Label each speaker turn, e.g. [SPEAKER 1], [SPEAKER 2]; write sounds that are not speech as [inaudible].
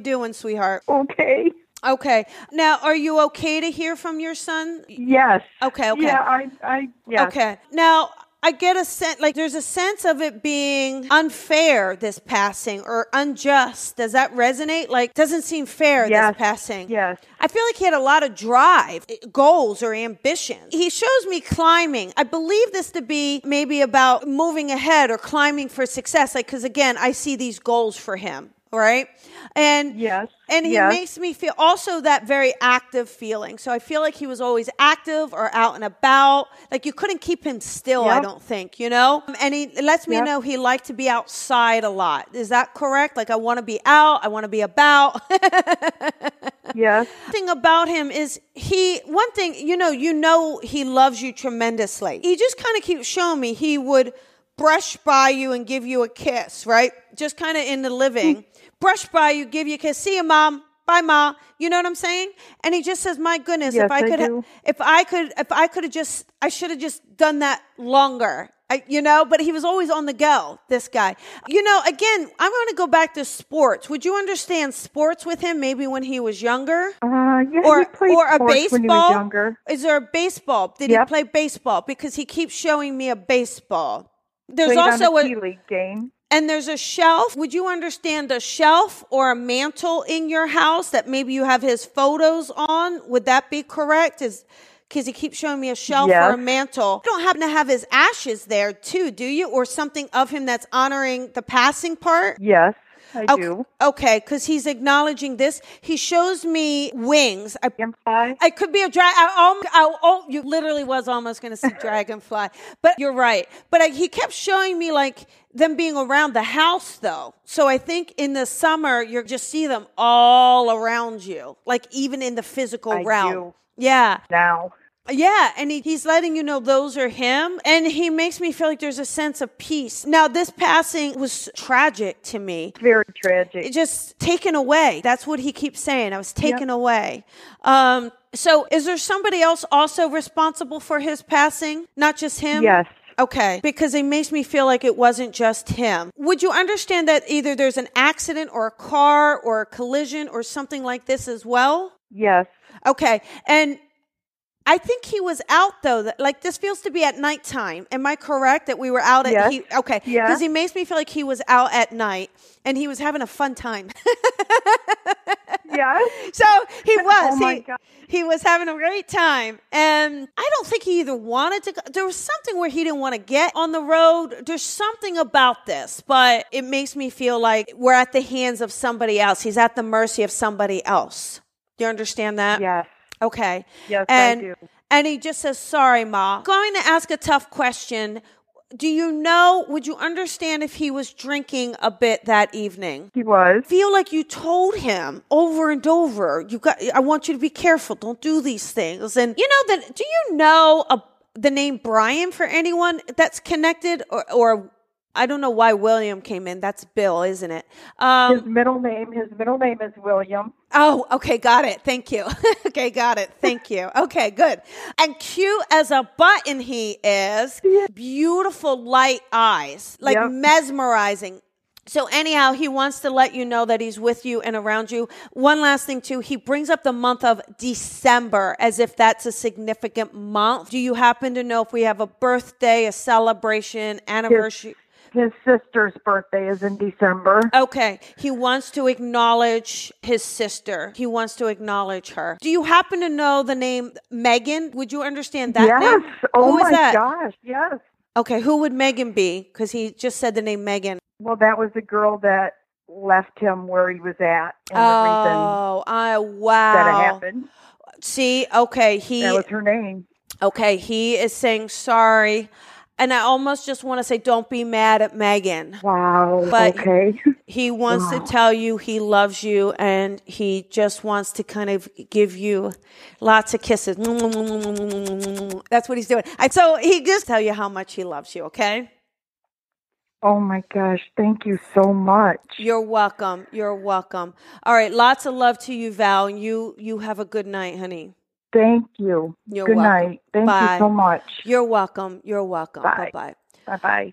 [SPEAKER 1] doing, sweetheart?
[SPEAKER 2] Okay.
[SPEAKER 1] Okay. Now, are you okay to hear from your son?
[SPEAKER 2] Yes.
[SPEAKER 1] Okay, okay.
[SPEAKER 2] Yeah, I, I, yeah.
[SPEAKER 1] Okay. Now, I get a sense, like, there's a sense of it being unfair, this passing, or unjust. Does that resonate? Like, doesn't seem fair,
[SPEAKER 2] Yes.
[SPEAKER 1] this passing.
[SPEAKER 2] Yes.
[SPEAKER 1] I feel like he had a lot of drive, eh, goals, or ambition. He shows me climbing. I believe this to be maybe about moving ahead or climbing for success. Like, because again, I see these goals for him, right? And
[SPEAKER 2] Yes.
[SPEAKER 1] and he
[SPEAKER 2] Yes.
[SPEAKER 1] makes me feel also that very active feeling. So I feel like he was always active or out and about. Like you couldn't keep him still, I
[SPEAKER 2] Yep.
[SPEAKER 1] don't think, you know? And he lets me
[SPEAKER 2] Yep.
[SPEAKER 1] know he liked to be outside a lot. Is that correct? Like I want to be out, I want to be about. [laughs]
[SPEAKER 2] Yes.
[SPEAKER 1] thing about him is he one thing you know you know he loves you tremendously he just kind of keeps showing me he would brush by you and give you a kiss right just kind of in the
[SPEAKER 2] [laughs]
[SPEAKER 1] living brush by you give you a kiss see you mom bye ma you know what i'm saying and he just says my goodness
[SPEAKER 2] Yes,
[SPEAKER 1] if i
[SPEAKER 2] I
[SPEAKER 1] could ha-
[SPEAKER 2] do.
[SPEAKER 1] if i could if i could have just i should have just done that longer I, you know but he was always on the go this guy you know again i'm going to go back to sports would you understand sports with him maybe when he was younger
[SPEAKER 2] Uh, yeah,
[SPEAKER 1] or
[SPEAKER 2] he played
[SPEAKER 1] or a
[SPEAKER 2] sports
[SPEAKER 1] baseball.
[SPEAKER 2] when he was younger.
[SPEAKER 1] Is there a baseball? Did
[SPEAKER 2] Yep.
[SPEAKER 1] he play baseball? Because he keeps showing me a baseball. There's
[SPEAKER 2] Played
[SPEAKER 1] also
[SPEAKER 2] on a
[SPEAKER 1] a
[SPEAKER 2] P League game.
[SPEAKER 1] and there's a shelf. Would you understand a shelf or a mantle in your house that maybe you have his photos on? Would that be correct? Is because he keeps showing me a shelf or a
[SPEAKER 2] Yes.
[SPEAKER 1] mantle. You don't happen to have his ashes there too, do you? Or something of him that's honoring the passing part?
[SPEAKER 2] Yes, I
[SPEAKER 1] Okay-
[SPEAKER 2] do.
[SPEAKER 1] Okay, because he's acknowledging this. He shows me wings. I
[SPEAKER 2] Dragonfly.
[SPEAKER 1] it could be a drag. I, al- I, al- you literally was almost going to
[SPEAKER 2] [laughs]
[SPEAKER 1] see dragonfly, but you're right. But I, he kept showing me like them being around the house though. So I think in the summer you just see them all around you, like even in the physical
[SPEAKER 2] I
[SPEAKER 1] realm.
[SPEAKER 2] do.
[SPEAKER 1] Yeah,
[SPEAKER 2] now.
[SPEAKER 1] yeah, and he, he's letting you know those are him, and he makes me feel like there's a sense of peace. Now this passing was tragic to me
[SPEAKER 2] Very tragic.
[SPEAKER 1] it just taken away. That's what he keeps saying. I was taken away. Um, so is there somebody else also responsible for his passing? Not just him?
[SPEAKER 2] yes.
[SPEAKER 1] Okay. Because it makes me feel like it wasn't just him. Would you understand that either there's an accident or a car or a collision or something like this as well? [laughs]
[SPEAKER 2] Yes.
[SPEAKER 1] Okay. And I think he was out though. That, like this feels to be at nighttime. Am I correct that we were out at
[SPEAKER 2] Yes.
[SPEAKER 1] he okay.
[SPEAKER 2] Yeah.
[SPEAKER 1] Because he makes me feel like he was out at night and he was having a fun time.
[SPEAKER 2] Yes.
[SPEAKER 1] So he was.
[SPEAKER 2] [laughs] Oh my
[SPEAKER 1] he,
[SPEAKER 2] God.
[SPEAKER 1] he was having a great time. And I don't think he either wanted to go. There was something where he didn't want to get on the road. There's something about this, but it makes me feel like we're at the hands of somebody else. He's at the mercy of somebody else. Do you understand that?
[SPEAKER 2] Yes.
[SPEAKER 1] Okay.
[SPEAKER 2] Yes, I
[SPEAKER 1] and,
[SPEAKER 2] do.
[SPEAKER 1] And he just says, sorry, Ma. Going to ask a tough question. Do you know, would you understand if he was drinking a bit that evening?
[SPEAKER 2] He was.
[SPEAKER 1] feel like you told him over and over you got i want you to be careful don't do these things and you know that do you know a, the name brian for anyone that's connected or, or i don't know why william came in that's bill isn't it um,
[SPEAKER 2] His middle name. His middle name is William.
[SPEAKER 1] Oh, okay, got it. Thank you. [laughs] okay, got it. Thank you. Okay, good. And cute as a button he is. Beautiful light eyes, like
[SPEAKER 2] Yep.
[SPEAKER 1] mesmerizing. So anyhow, he wants to let you know that he's with you and around you. One last thing too, he brings up the month of December as if that's a significant month. Do you happen to know if we have a birthday, a celebration, anniversary?
[SPEAKER 2] His sister's birthday is in December.
[SPEAKER 1] Okay. He wants to acknowledge his sister. He wants to acknowledge her. Do you happen to know the name Megan? Would you understand that
[SPEAKER 2] yes.
[SPEAKER 1] name?
[SPEAKER 2] Oh
[SPEAKER 1] Who is
[SPEAKER 2] my
[SPEAKER 1] that?
[SPEAKER 2] gosh. Yes.
[SPEAKER 1] Okay, who would Megan be? Because he just said the name Megan.
[SPEAKER 2] Well, that was the girl that left him where he was at, and the reason
[SPEAKER 1] Oh, I wow.
[SPEAKER 2] that it happened.
[SPEAKER 1] See, okay, he
[SPEAKER 2] That was her name.
[SPEAKER 1] okay, he is saying sorry. And I almost just want to say don't be mad at Megan.
[SPEAKER 2] Wow.
[SPEAKER 1] But-
[SPEAKER 2] okay. [laughs]
[SPEAKER 1] He wants to tell you he loves you and he just wants to kind of give you lots of kisses. That's what he's doing. And so he just tell you how much he loves you, okay?
[SPEAKER 2] Oh my gosh. Thank you so much.
[SPEAKER 1] You're welcome. You're welcome. All right, lots of love to you, Val. And you you have a good night, honey.
[SPEAKER 2] Thank you.
[SPEAKER 1] You're
[SPEAKER 2] Good
[SPEAKER 1] welcome.
[SPEAKER 2] night. Thank
[SPEAKER 1] Bye.
[SPEAKER 2] you so much.
[SPEAKER 1] You're welcome. You're welcome.
[SPEAKER 2] Bye.
[SPEAKER 1] Bye-bye.
[SPEAKER 2] Bye bye.